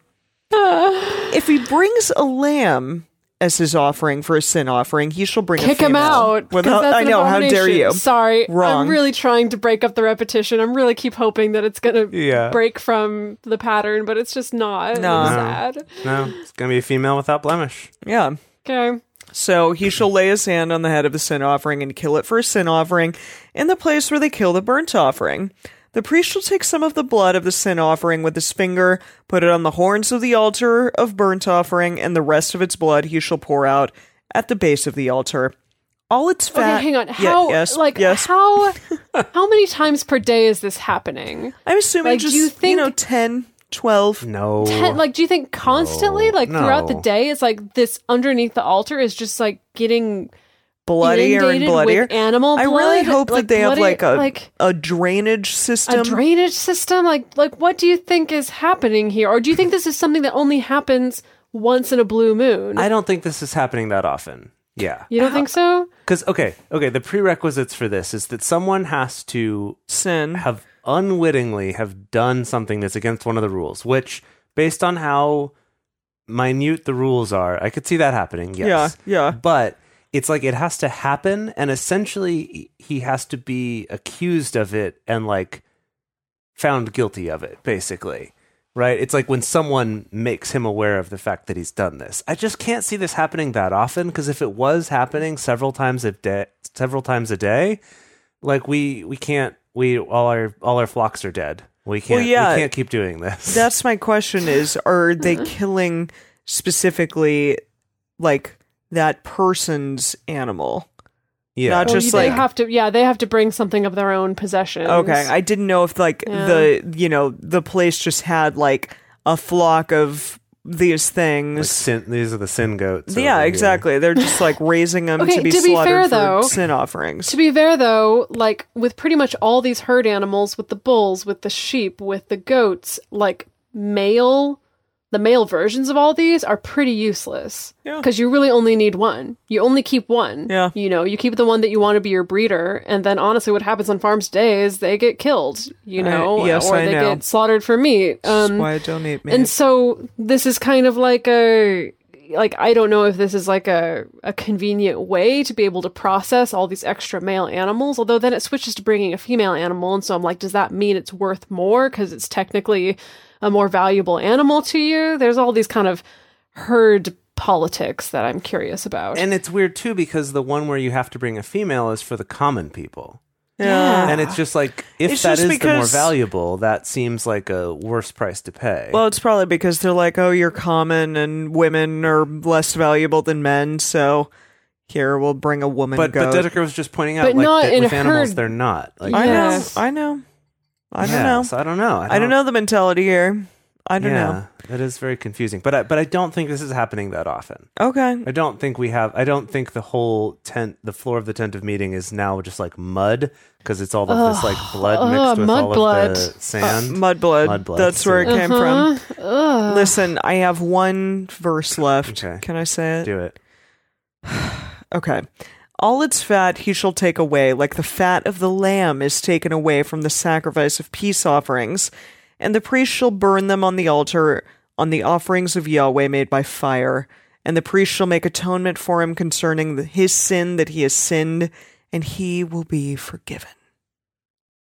If he brings a lamb as his offering for a sin offering, he shall bring a
Kick him
female.
out. 'cause
Without,
that's
I
an
know. How dare
abomination.
you?
Sorry.
Wrong.
I'm really trying to break up the repetition. I'm really keep hoping that it's going to
Yeah.
break from the pattern, but it's just not.
No.
It's
No.
sad.
Mm-hmm.
No, it's gonna be a female without blemish.
Yeah.
Okay.
So he shall lay his hand on the head of the sin offering and kill it for a sin offering in the place where they kill the burnt offering. The priest shall take some of the blood of the sin offering with his finger, put it on the horns of the altar of burnt offering, and the rest of its blood he shall pour out at the base of the altar. All its fat.
Okay, hang on.
Yeah,
How
yes,
like
yes.
how how many times per day is this happening?
I'm assuming
like, do
just
you
you,
think-
know 10, 12.
No,
Ten, like do you think constantly like throughout the
No.
day it's like this underneath the altar is just like getting
bloodier and
inundated with
bloodier.
animal
I really
blood,
hope
like,
that they have
bloody-
like a
like-
a drainage system.
a drainage system like like what do you think is happening here or do you think this is something that only happens once in a blue moon
I don't think this is happening that often. Yeah,
you don't think so
because okay, okay. The prerequisites for this is that someone has to
Sin.
have unwittingly have done something that's against one of the rules, which, based on how minute the rules are, I could see that happening. Yes.
Yeah, yeah.
But it's like it has to happen, and essentially he has to be accused of it and like found guilty of it, basically. Right? It's like when someone makes him aware of the fact that he's done this. I just can't see this happening that often because if it was happening several times a day, several times a day, like we we can't we all our all our flocks are dead. We can't
yeah.
we can't keep doing this.
That's my question is are they
Mm-hmm.
killing specifically like that person's animal?
yeah.
not
Well,
just
you- they
like-
have to yeah they have to bring something of their own possession
Okay, I didn't know if like the you know the place just had like a flock of these
Like
things.
sin, these are the sin goats. over
yeah,
here.
exactly. They're just like raising them
Okay,
to be
to be fair,
slaughtered for
though-
sin offerings.
To be fair, though, like with pretty much all these herd animals, with the bulls, with the sheep, with the goats, like male, the male versions of all these are pretty useless.
Yeah.
Because you really only need one. You only keep one.
Yeah.
You know, you keep the one that you want to be your breeder, and then honestly, what happens on farms today is they get killed. You
I-
know,
yes,
or
I
they
know.
get slaughtered for meat.
That's
Um,
why I don't eat meat.
and so this is kind of like a like I don't know if this is like a a convenient way to be able to process all these extra male animals. Although then it switches to bringing a female animal, and so I'm like, does that mean it's worth more because it's technically a more valuable animal to you? There's all these kind of herd politics that I'm curious about.
And it's weird too because the one where you have to bring a female is for the common people.
yeah.
And it's just like if
Uh, It's
that
just
is the more
because-
valuable, that seems like a worse price to pay.
Well, it's probably because they're like, oh, you're common and women are less valuable than men, so here we'll bring a woman
but
goat.
but Dedeker was just pointing out
But
like
not
that
in
with
a
animals
herd.
they're not. Like
I
Yes.
know, I know, I don't know,
yes, I don't know.
I don't know the mentality here. I don't
yeah, that is very confusing. But I, but I don't think this is happening that often.
know. Okay,
I don't think we have. I don't think the whole tent, the floor of the tent of meeting, is now just like mud because it's all of this like blood mixed
ugh,
with
mud
all
blood.
of the sand.
mud blood.
Mud blood,
That's where it came
Uh-huh.
from. Listen, I have one verse left.
Okay.
Can I say it?
Do it.
Okay. All its fat he shall take away, like the fat of the lamb is taken away from the sacrifice of peace offerings, and the priest shall burn them on the altar on the offerings of Yahweh made by fire. And the priest shall make atonement for him concerning the, his sin that he has sinned, and he will be forgiven.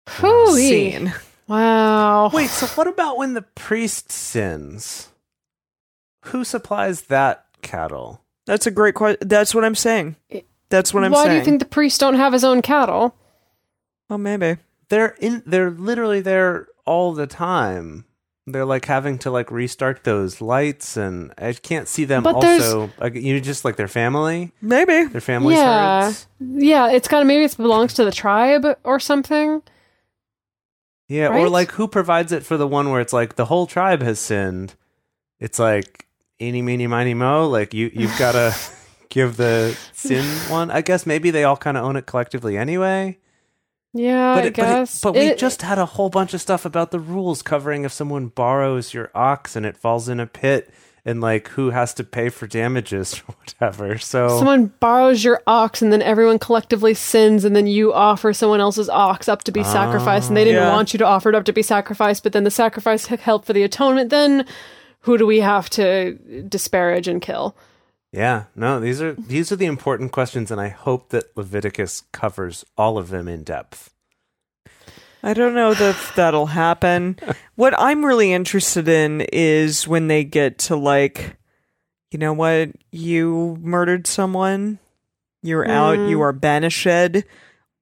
Phew-ee.
Scene.
Wow.
Wait, so what about when the priest sins? Who supplies that cattle?
That's a great question. That's what I'm saying. That's what I'm
Why
saying.
do you think the priests don't have his own cattle?
well, maybe.
They're in they're literally there all the time. They're like having to like restart those lights and I can't see them
But there's-
also like, you just like their family.
Maybe.
Their family's
Yeah.
herds.
Yeah, it's kind of maybe it belongs to the tribe or something.
Yeah, or
Right?
like who provides it for the one where it's like the whole tribe has sinned. It's like eeny meeny miny mo like you you've got to give the sin one i guess maybe they all kind of own it collectively anyway
Yeah,
but
I
it- but it-
guess.
but we
It-
just had a whole bunch of stuff about the rules covering if someone borrows your ox and it falls in a pit and like who has to pay for damages or whatever so
someone borrows your ox and then everyone collectively sins and then you offer someone else's ox up to be sacrificed and they didn't
Yeah.
want you to offer it up to be sacrificed but then the sacrifice h- helped for the atonement then who do we have to disparage and kill
Yeah, no, these are these are the important questions, and I hope that Leviticus covers all of them in depth.
I don't know that that'll happen. what I'm really interested in is when they get to like, you know what, you murdered someone, you're out, you are banished,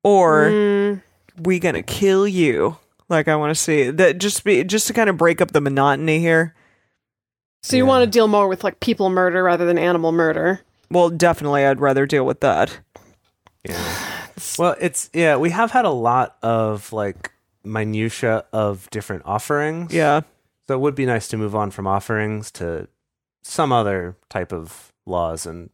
or
Mm.
we gonna kill you. Like I want to see that just be just to kind of break up the monotony here.
so you
Yeah.
want to deal more with like people murder rather than animal murder
Well, definitely, I'd rather deal with that.
Well, it's yeah, we have had a lot of like minutia of different offerings.
Yeah,
so it would be nice to move on from offerings to some other type of laws and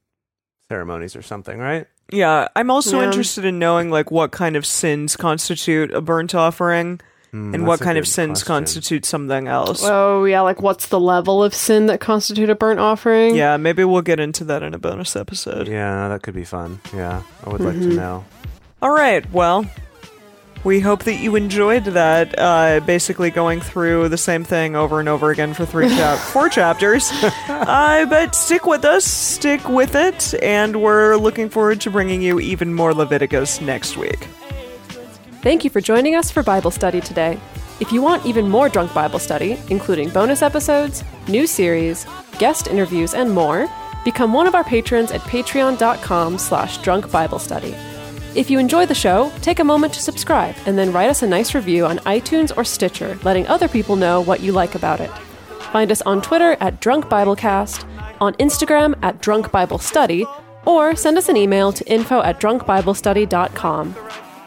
ceremonies or something, right?
yeah. I'm also
Yeah.
interested in knowing like what kind of sins constitute a burnt offering
Hmm,
and what
that's a
kind of
good
sins
question.
constitute something else.
oh yeah like what's the level of sin that constitute a burnt offering
Yeah, maybe we'll get into that in a bonus episode.
Yeah, that could be fun. Yeah, I would like to know.
All right, well, we hope that you enjoyed that. Uh, basically, going through the same thing over and over again for three, chap- four chapters. Uh, but stick with us, stick with it, and we're looking forward to bringing you even more Leviticus next week.
Thank you for joining us for Bible study today. If you want even more Drunk Bible Study, including bonus episodes, new series, guest interviews, and more, become one of our patrons at patreon.com slash drunk Bible study. If you enjoy the show, take a moment to subscribe and then write us a nice review on iTunes or Stitcher, letting other people know what you like about it. Find us on Twitter at Drunk Biblecast, on Instagram at Drunk Bible Study, or send us an email to info at drunkbiblestudy.com.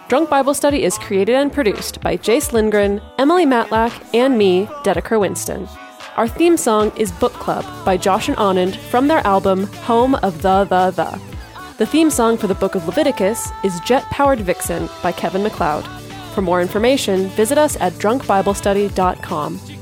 Drunk Bible Study is created and produced by Jace Lindgren, Emily Matlack, and me, Dedeker Winston. Our theme song is Book Club by Josh and Anand from their album Home of the The The. The theme song for the Book of Leviticus is Jet Powered Vixen by Kevin McLeod. For more information, visit us at drunkbiblestudy.com.